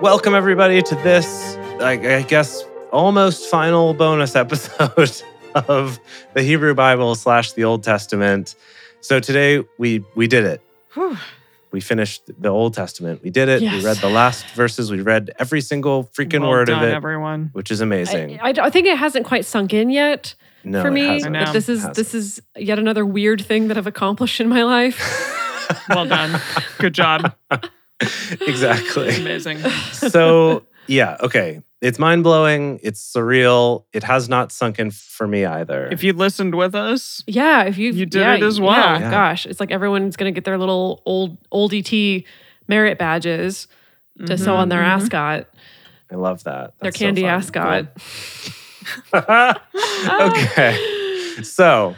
Welcome, everybody, to this, I, I guess, almost final bonus episode of the Hebrew Bible slash the Old Testament. So today we we did it. Whew. We finished the Old Testament. We did it. Yes. We read the last verses. We read every single freaking Well word done, of it, everyone. which is I, amazing. I, I think it hasn't quite sunk in yet no, for it me. hasn't. I But know. this is Hasn't. this is yet another weird thing that I've accomplished in my life. Well done. Good job. exactly. Amazing. so yeah, okay. It's mind blowing. It's surreal. It has not sunk in for me either. If you listened with us, Yeah, if you You did yeah, it as yeah, well. Yeah. Gosh, it's like everyone's gonna get their little old old ET merit badges to sew on their Mhm. ascot, I love that. their That's so candy fun. ascot. Ah. Cool. okay. So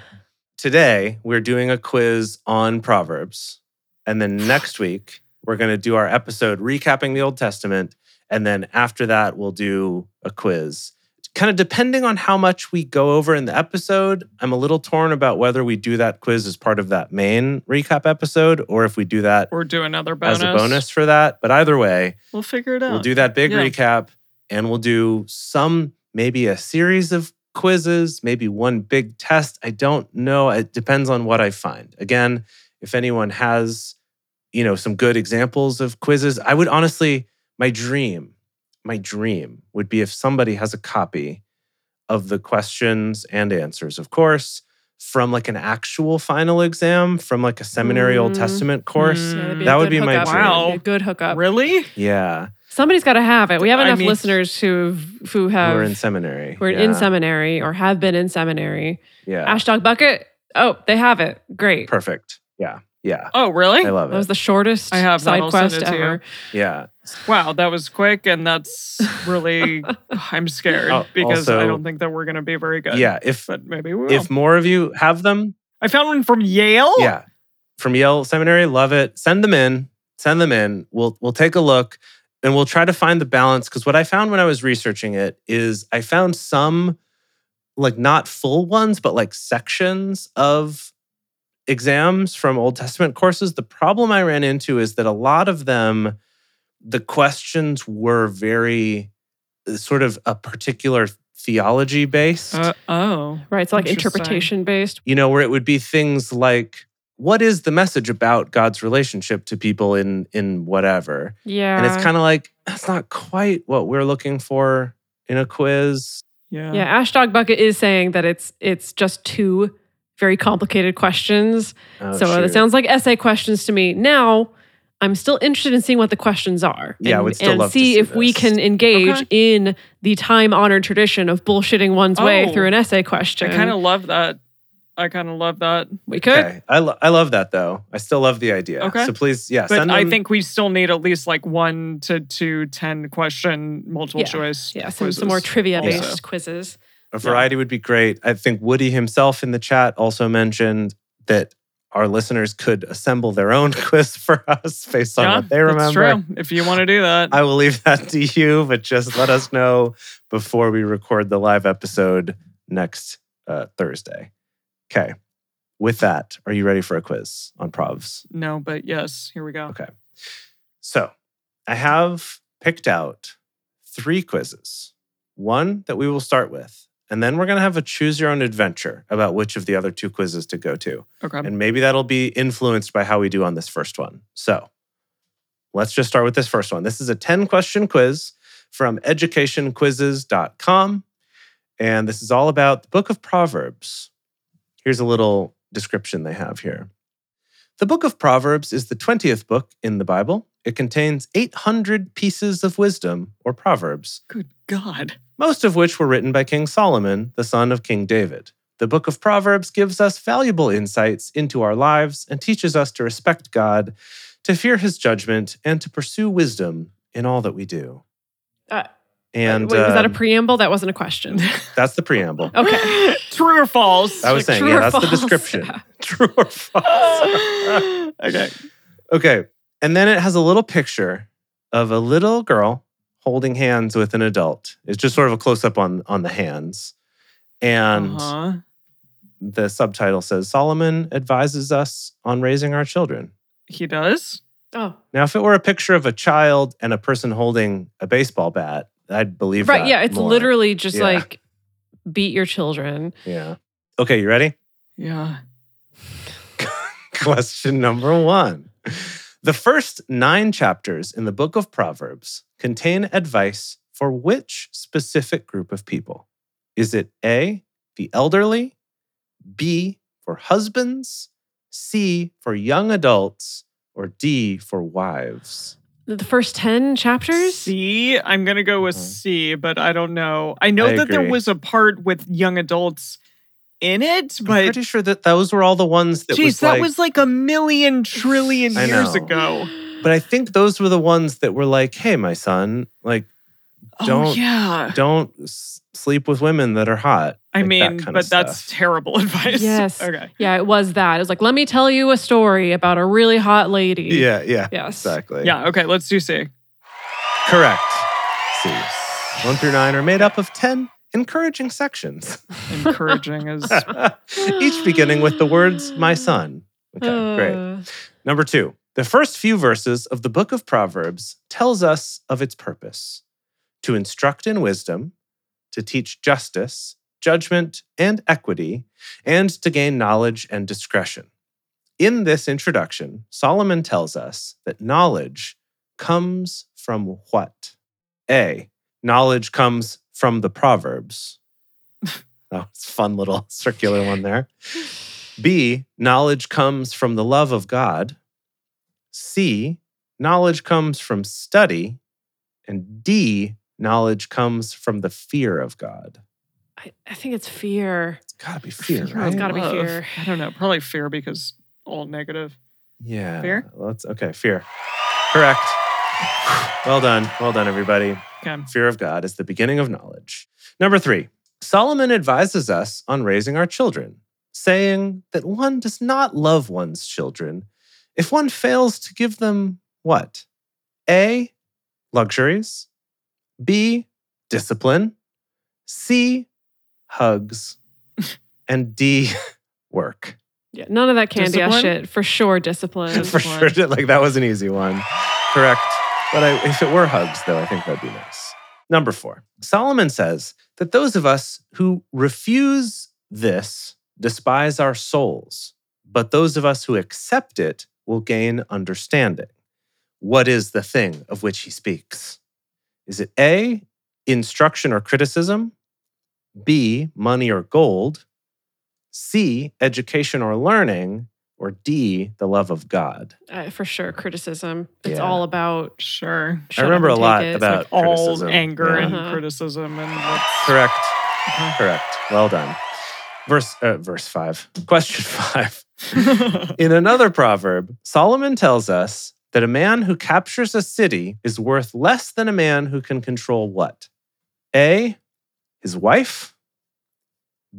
today we're doing a quiz on Proverbs. And then next week we're going to do our episode recapping the Old Testament. And then after that, we'll do a quiz. Kind of depending on how much we go over in the episode, I'm a little torn about whether we do that quiz as part of that main recap episode or if we do that or do another bonus. as a bonus for that. But either way, We'll figure it out. We'll do that big Oh, Yeah. recap and we'll do some, maybe a series of quizzes, maybe one big test. I don't know. It depends on what I find. Again, if anyone has, you know, some good examples of quizzes, I would honestly, my dream, my dream would be if somebody has a copy of the questions and answers, of course, from like an actual final exam, from like a seminary Old Mm. Testament course. Mm. that'd That would be good my hookup. dream. That'd be a good hookup. Really? Yeah. Somebody's got to have it. We have I enough mean- listeners who who have who are in seminary. who are Yeah. in seminary or have been in seminary. Yeah. Ash Dog Bucket. Oh, they have it. Great. Perfect. Yeah. Yeah. Oh, really? I love That was it. the shortest I have that. side I'll send quest it to you. ever. Yeah. Wow, that was quick, and that's really. I'm scared Oh, because I also- don't think that we're going to be very good. Yeah. If but maybe we will. if more of you have them, I found one from Yale. yeah. From Yale Seminary, love it. Send them in. Send them in. We'll we'll take a look and we'll try to find the balance. Cause what I found when I was researching it is I found some like not full ones, but like sections of exams from Old Testament courses. The problem I ran into is that a lot of them, the questions were very uh, sort of a particular theology based. Uh, oh. Right. It's like Interesting. interpretation based. you know, where it would be things like, what is the message about God's relationship to people in in whatever? Yeah. And it's kind of like, that's not quite what we're looking for in a quiz. Yeah. yeah. Ash Dog Bucket is saying that it's it's just two very complicated questions. Oh, so it shoot. sounds like essay questions to me. Now I'm still interested in seeing what the questions are. Yeah, I and, would still and love to see see if we this. can engage Okay. in the time honored tradition of bullshitting one's way Oh. through an essay question. I kind of love that. I kind of love that. we could. Okay. I, lo- I love that though. I still love the idea. Okay. So please, yeah, But send I them- think we still need at least like one to two, 10 question multiple Yeah. choice. Yeah, some, some more quizzes. trivia based also. quizzes. a variety would be great. I think Woody himself in the chat also mentioned that our listeners could assemble their own quiz for us based on Yeah, what they remember. That's true. If you want to do that, I will leave that to you, but just let us know before we record the live episode next uh, Thursday. Okay. With that, are you ready for a quiz on Provs? no, but yes, here we go. Okay. So I have picked out three quizzes, one that we will start with. And then we're going to have a choose your own adventure about which of the other two quizzes to go to. Okay. And maybe that'll be influenced by how we do on this first one. So let's just start with this first one. This is a 10 question quiz from educationquizzes.com. And this is all about the book of Proverbs. Here's a little description they have here. The book of Proverbs is the 20th book in the Bible. It contains 800 pieces of wisdom or proverbs, Good God. most of which were written by King Solomon, the son of King David. The book of Proverbs gives us valuable insights into our lives and teaches us to respect God, to fear his judgment, and to pursue wisdom in all that we do. Uh, And Wait, was that a Oh. um, preamble? That wasn't a question. that's the preamble. Okay. True or false? I was saying, True yeah, or that's the false? description. True or false? okay. okay. And then it has a little picture of a little girl holding hands with an adult. It's just sort of a close up on on the hands. And Uh-huh. the subtitle says Solomon advises us on raising our children. He does? Oh, Now, if it were a picture of a child and a person holding a baseball bat, I'd believe right. that Yeah, it's more. literally just Yeah. like beat your children. Yeah. Okay, you ready? Yeah. Question number one. The first nine chapters in the book of Proverbs contain advice for which specific group of people? Is it A, the elderly, B, for husbands, C, for young adults, or D, for wives? The first ten chapters. C. I'm gonna go with Mhm. C, but I don't know. I know I that there agree. was a part with young adults in it, I'm but pretty sure that those were all the ones that jeez, was that like, was like a million trillion I years know. ago. But I think those were the ones that were like, hey, my son, like, oh Don't- yeah. don't s- sleep with women that are hot. I Like that mean, kind of but that's stuff. terrible advice. Yes. Okay. yeah, it was that. It was like, let me tell you a story about a really hot lady. Yeah, yeah, Yes. exactly. Yeah. Okay. Let's do C. Correct. C. One through nine are made up of 10 encouraging sections, Encouraging is each beginning with the words, my son. Okay, great. Uh, Number two, the first few verses of the book of Proverbs tells us of its purpose to instruct in wisdom, to teach justice, judgment, and equity, and to gain knowledge and discretion. In this introduction, Solomon tells us that knowledge comes from what? A. Knowledge comes from the Proverbs. that was a fun little circular one there. B. Knowledge comes from the love of God. C. Knowledge comes from study. And D. Knowledge comes from the fear of God. I, I think it's fear. It's gotta be fear, Fear of right? It's gotta be love. fear. I don't know. Probably fear because all negative. Yeah. Fear? Let's okay, fear. Correct. Well done. Well done, everybody. Okay. Fear of God is the beginning of knowledge. Number three, Solomon advises us on raising our children, saying that one does not love one's children if one fails to give them what? A, luxuries, B, discipline, C, hugs, and D, work. Yeah, none of that candy ass Discipline? shit. For sure, discipline. For sure, like that was an easy one. Correct. But I, if it were hugs, though, I think that'd be nice. Number four, Solomon says that those of us who refuse this despise our souls, but those of us who accept it will gain understanding. What is the thing of which he speaks? Is it A, instruction or criticism? B, money or gold? C, education or learning? Or D, the love of God? Uh, for sure, criticism. It's Yeah. all about. Sure. shut I up remember a and take lot it. It's about like, all Uh, criticism. anger Yeah. and Uh-huh. criticism and what's Correct. Mm-hmm. Uh-huh. Correct. Well done. Verse uh, verse 5. Question 5. In another proverb, Solomon tells us that a man who captures a city is worth less than a man who can control what? A, his wife,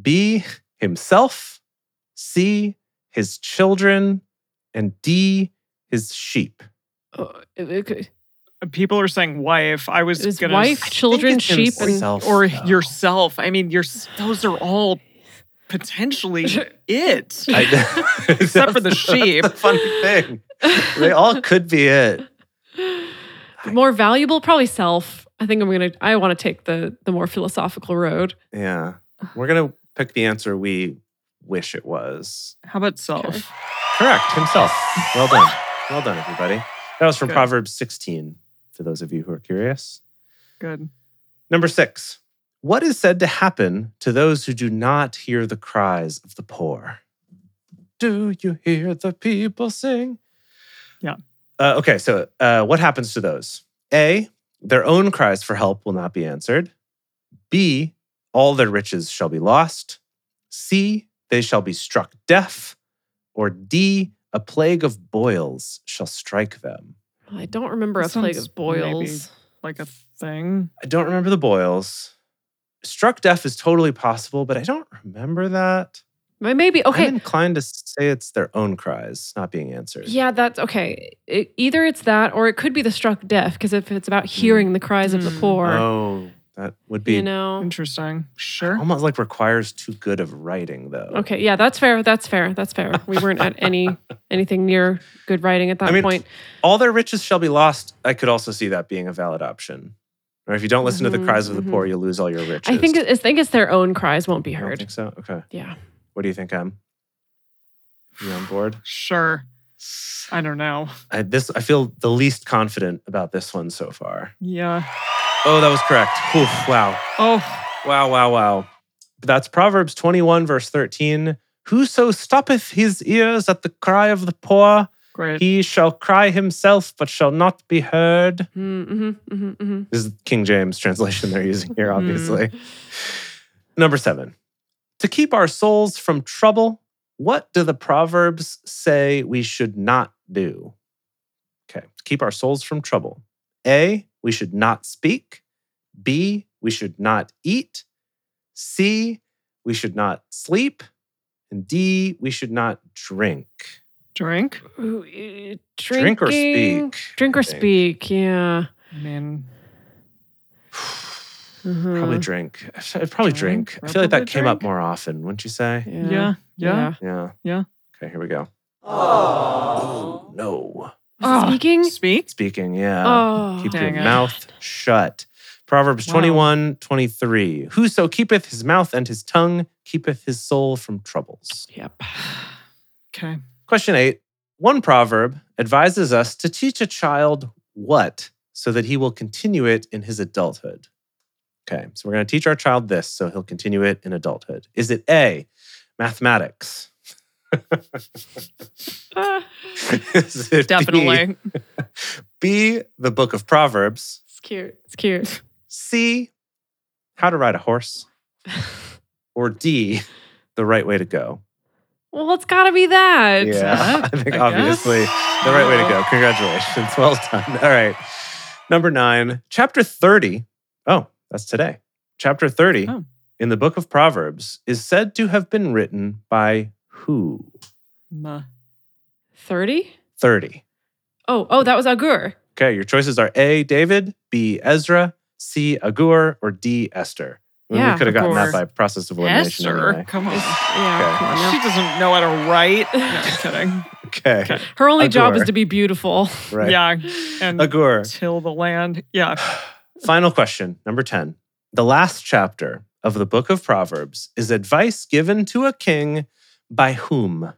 B, himself, C, his children, and D, his sheep. oh, it- it could- people are saying wife. I was, it was gonna wife, s- children, it's sheep, and himself, or though. yourself. I mean, your those are all potentially it. I- Except for the That's sheep. The funny thing. They all could be it. more valuable, probably self. I think I'm gonna. I want to take the the more philosophical road. Yeah. We're going to pick the answer we wish it was. How about self? Okay. Correct. Himself. Well done. Well done, everybody. That was from Good. Proverbs 16, for those of you who are curious. Good. Number six. What is said to happen to those who do not hear the cries of the poor? Do you hear the people sing? Yeah. Uh, okay, so uh, what happens to those? A, their own cries for help will not be answered. B, all their riches shall be lost. C, they shall be struck deaf. Or D, a plague of boils shall strike them. I don't remember That a plague sounds of boils. Like a thing. I don't remember the boils. Struck deaf is totally possible, but I don't remember that. Maybe. maybe okay. I'm inclined to say it's their own cries not being answered. Yeah, that's okay. It, either it's that, or it could be the struck deaf. Because if it's about hearing the cries of the Mm. poor, oh, that would be you know. Interesting. Sure. almost like requires too good of writing, though. Okay, yeah, that's fair. That's fair. That's fair. We weren't at any anything near good writing at that I mean, point. All their riches shall be lost. I could also see that being a valid option. Or if you don't listen to the Mhm, cries of the mhm. poor, you'll lose all your riches. I think I think it's their own cries won't be You don't heard. think so. Okay. Yeah. What do you think, Em? You on board? Sure. I don't know. I, this I feel the least confident about this one so far. Yeah. Oh, that was correct. Oof, wow. Oh, Wow, wow, wow. That's Proverbs 21, verse 13. Whoso stoppeth his ears at the cry of the poor, great. he shall cry himself, but shall not be heard. Mm-hmm, hmm hmm This is King James translation they're using here, obviously. Number seven. To keep our souls from trouble, what do the Proverbs say we should not do? Okay. To keep our souls from trouble. A, we should not speak. B, we should not eat. C, we should not sleep. And D, we should not drink. Drink? Ooh, eh, Drink or drinking- speak. Drink or I think. speak. Yeah. I mean, Probably Uh-huh. drink. I should- I'd probably Mm. Drink. drink. I feel like that Probably came up drink. more often, wouldn't you say? yeah. Yeah. Yeah. Yeah. Okay, here we go. Oh no. Was it Ah. Speaking. Speak? Speaking, yeah. Oh. Keep your Dang it. mouth shut. Proverbs Wow. twenty one twenty three. 21, 23. Whoso keepeth his mouth and his tongue keepeth his soul from troubles. Yep. Okay. Question eight. One proverb advises us to teach a child what so that he will continue it in his adulthood. Okay, so we're going to teach our child this so he'll continue it in adulthood. Is it A, mathematics? Ah, Is it B, Definitely. B, the book of Proverbs. it's cute. It's cute. C, how to ride a horse. or D, the right way to go. Well, it's got to be that. yeah, I think obviously guess. the right way to go. Congratulations. Well done. All right. Number nine, chapter 30. Oh, that's today. Chapter 30 Oh. in the book of Proverbs is said to have been written by who? Ma- Thirty. 30. Oh. Oh, that was Agur. Okay, your choices are A, David, B, Ezra, C, Agur, or D, Esther. I mean, Yeah, we could have gotten that Agur. by process of elimination. Esther? anyway. Come on. Yeah. come on now. She doesn't know how to write. No, I'm kidding. Okay, Okay. Her only job Agur. is to be beautiful. right. Yeah. And Agur. till the land. Yeah. Final question, number 10. The last chapter of the book of Proverbs is advice given to a king by whom?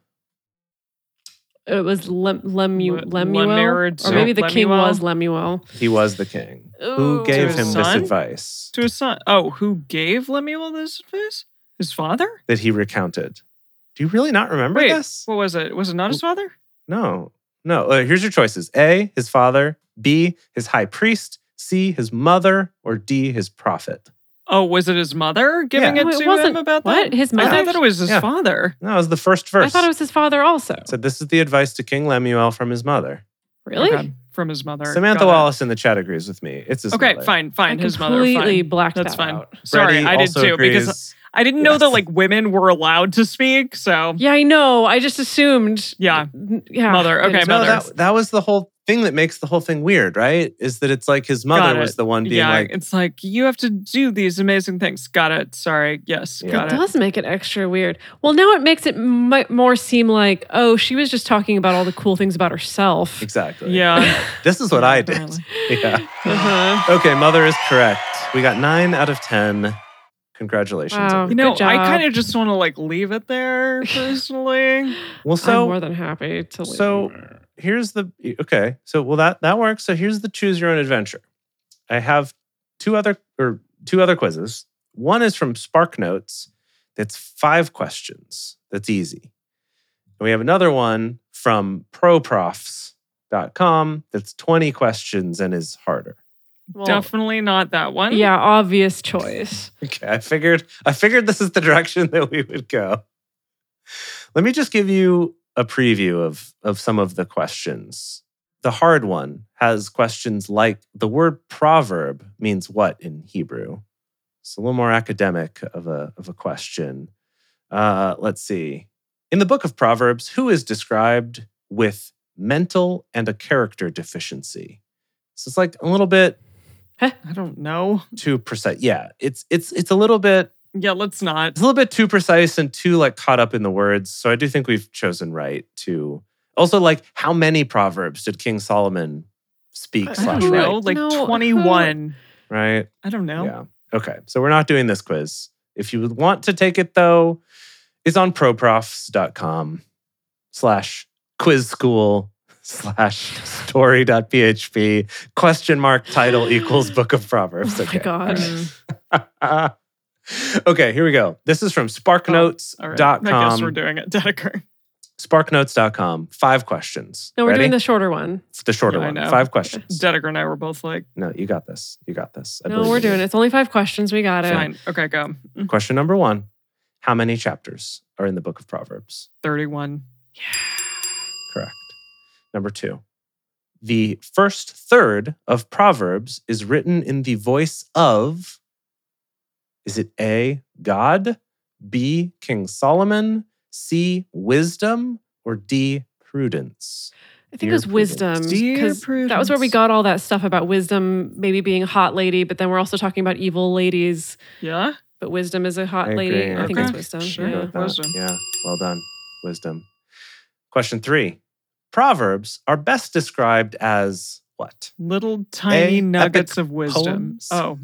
It was Lem- Lemu- Le- Lemuel, Lemurid- or maybe the king Lemuel? was Lemuel. He was the king. Who Ooh. gave his him this son? advice To his son. Oh, who gave Lemuel this advice? His father? that he recounted? Do you really not remember Wait, this? What was it? Was it not his father? No, no. Uh, here's your choices A, his father, B, his high priest, C, his mother, or D, his prophet. Oh, was it his mother giving Yeah. it No, it to him wasn't- about What? that? His I mother? thought it was his Yeah. father. No, it was the first I verse. thought it was his father also. So this is the advice to King Lemuel from his mother. Really? Okay, From his mother. Samantha Got it. Wallace in the chat agrees with me. It's his Okay, mother. fine, fine. I His mother. completely Fine. blacked That's that fine. out. Sorry, Freddie I did also too because agrees. I didn't know that Yes. like women were allowed to speak. So Yeah, I know. I just assumed. Yeah. Yeah. Mother. that Okay, his no, mother. that, that was the whole thing that makes the whole thing weird, right? Is that it's like his Got mother it. was the one being yeah, like, it's like you have to do these amazing things. Got it. Sorry. Yes. Yeah. Got It it. does make it extra weird. Well, now it makes it mi- more seem like, oh, she was just talking about all the cool things about herself. exactly. Yeah. This is what I did. Apparently. Yeah. Uh-huh. Okay, mother is correct. We got nine out of 10. Congratulations. Wow. everyone. You know, Good I job. kind of just want to like leave it there personally. Well, I'm more so than happy to. leave. so here's the, okay. So, well, that, that works. So here's the choose your own adventure. I have two other, or two other quizzes. One is from Spark Notes. That's five questions. That's easy. And we have another one from proprofs.com that's 20 questions and is harder. Well, Definitely not that one. Yeah, obvious choice. Okay, I figured I figured this is the direction that we would go. Let me just give you a preview of of some of the questions. The hard one has questions like the word proverb means what in Hebrew? It's a little more academic of a of a question. Uh, let's see. In the book of Proverbs, who is described with mental and a character deficiency? So it's like a little bit I don't know. too precise. Yeah, it's it's it's a little bit Yeah, let's not. it's a little bit too precise and too like caught up in the words. So I do think we've chosen right to. Also, like, how many proverbs did King Solomon speak I slash don't right. know, write? like No, who- 21. Right? I don't know. Yeah. Okay. So we're not doing this quiz. If you would want to take it though, it's on proprofs.com slash quiz school slash story.php question mark title equals book of proverbs. Oh my okay. God. Mm, okay, here we go. This is from Oh, all right. sparknotes.com. I guess we're doing it. Dedeker. sparknotes.com. Five questions. No, we're Ready? doing the shorter one. It's the shorter Yeah, I one. know. Five questions. Dedeker and I were both like, No, you got this. You got this. I No, believe we're in you. doing it. It's only five questions. We got it. fine. Okay, go. Mm, Question number one How many chapters are in the book of Proverbs? 31. Correct. Number two, the first third of Proverbs is written in the voice of is it A, God, B, King Solomon, C, wisdom, or D, prudence? I Dear think it was Prudence. wisdom. Dear 'cause That was where we Prudence. got all that stuff about wisdom, maybe being a hot lady, but then we're also talking about evil ladies. Yeah. But wisdom is a I hot agree, lady. I think okay. it's wisdom. Sure. Go Yeah. with that. wisdom. Yeah, well done. Wisdom. Question three Proverbs are best described as what? Little tiny A, nuggets Eh, epic of wisdom. poems. Oh,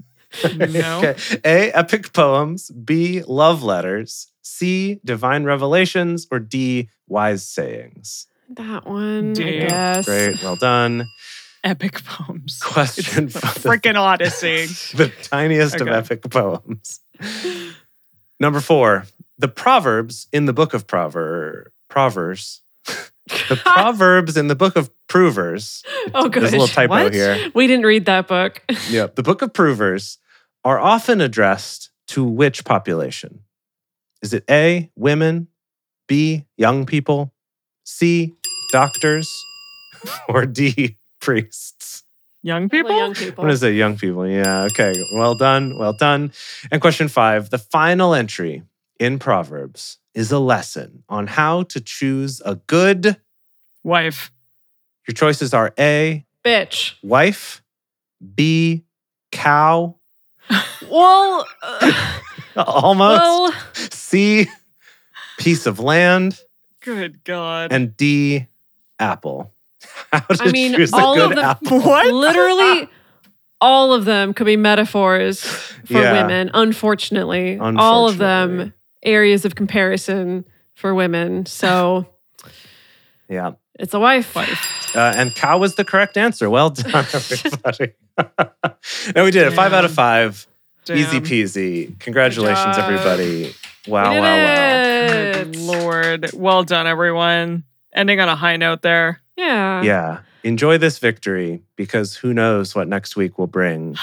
no. Okay. A, epic poems. B, love letters. C, divine revelations. Or D, wise sayings. That one. Damn. I guess. Great. Well done. Epic poems. It's Question the five. freaking Odyssey. the tiniest of Okay. epic poems. Number four, the Proverbs in the book of Prover Proverbs. The Proverbs in the book of Provers. Oh, good. There's a little typo What? here. We didn't read that book. Yeah. The Book of Provers are often addressed to which population? Is it A, women, B, young people, C, doctors, or D, priests? Young Probably people? Young people. What is it, young people? Yeah. Okay. Well done. Well done. And question five the final entry in Proverbs is a lesson on how to choose a good. Wife. Your choices are A, Bitch. wife, B, cow, Well, uh, almost. well, C, piece of land, Good God. and D, apple. How to I mean, choose a all of good the- apple. what? literally all of them could be metaphors for Yeah. women, unfortunately. All of them Unfortunately. areas of comparison for women. So Yeah, it's a wife. Wife. uh, and cow was the correct answer. Well done, everybody. no, we did it. Five out of five. Easy Damn. peasy. Congratulations, Good job. everybody. Wow, We did wow, Good it. Lord. Well done, everyone. Ending on a high note there. Yeah. wow. Yeah. Enjoy this victory because who knows what next week will bring.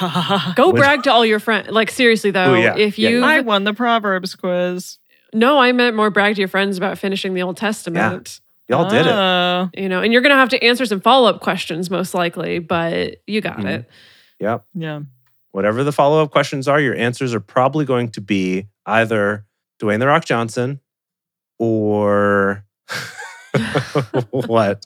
Go Would- brag to all your friends. Like seriously Oh, though, yeah. if Yeah, you yeah. I won the Proverbs quiz. no, I meant more brag to your friends about finishing the Old Testament. Y'all did Ah. it. Oh, You know, and you're gonna have to answer some follow up questions most likely, but you got Mm-hmm. Mhm. it. Yep. yeah. whatever the follow up questions are, your answers are probably going to be either Dwayne The Rock Johnson or what?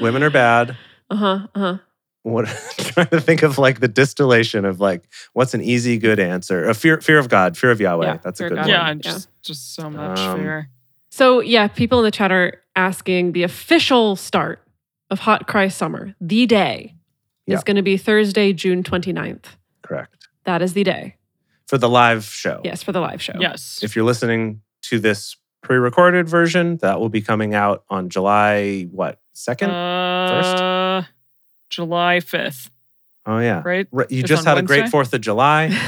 Women are bad. Uh huh. Uh huh. What? trying to think of like the distillation of like what's an easy good answer? A fear, fear of God, fear of Yahweh. Yeah, That's a fear of good God. one. Yeah, Yeah. and just just so much Um, fear. So yeah, people in the chat are asking the official start of Hot Christ Summer, the day, Yeah. is going to be Thursday, June 29th. Correct That is the day. for the live show. Yes, for the live show. Yes. If you're listening to this pre-recorded version, that will be coming out on July what second? uh, July 5th, oh yeah. right? Right. You it's just on had a great Wednesday? Fourth of July.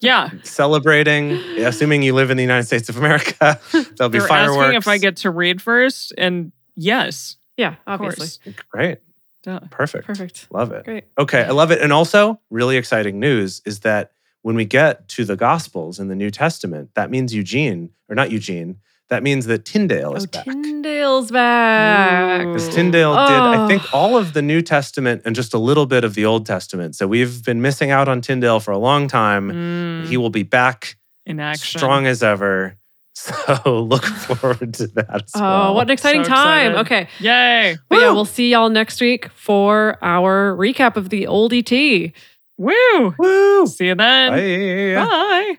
Yeah. celebrating, assuming you live in the United States of America. There'll be They're fireworks. asking if I get to read first, and yes, yeah, of obviously. course. Great. Duh. Perfect. Perfect. Love it. Great. Okay. I love it. And also, really exciting news is that when we get to the Gospels in the New Testament, that means Eugene, or not Eugene, that means that Tyndale is Oh, back. Tyndale's back. Ooh. Because Tyndale did, I think, Oh. all of the New Testament and just a little bit of the Old Testament. So we've been missing out on Tyndale for a long time. Mm, He will be back in action. strong as ever. So look forward to that. as Oh, well. what an exciting So time. excited. Okay. Yay. But yeah, Woo! we'll see y'all next week for our recap of the old ET. Woo. Woo! See you then. Bye. Bye.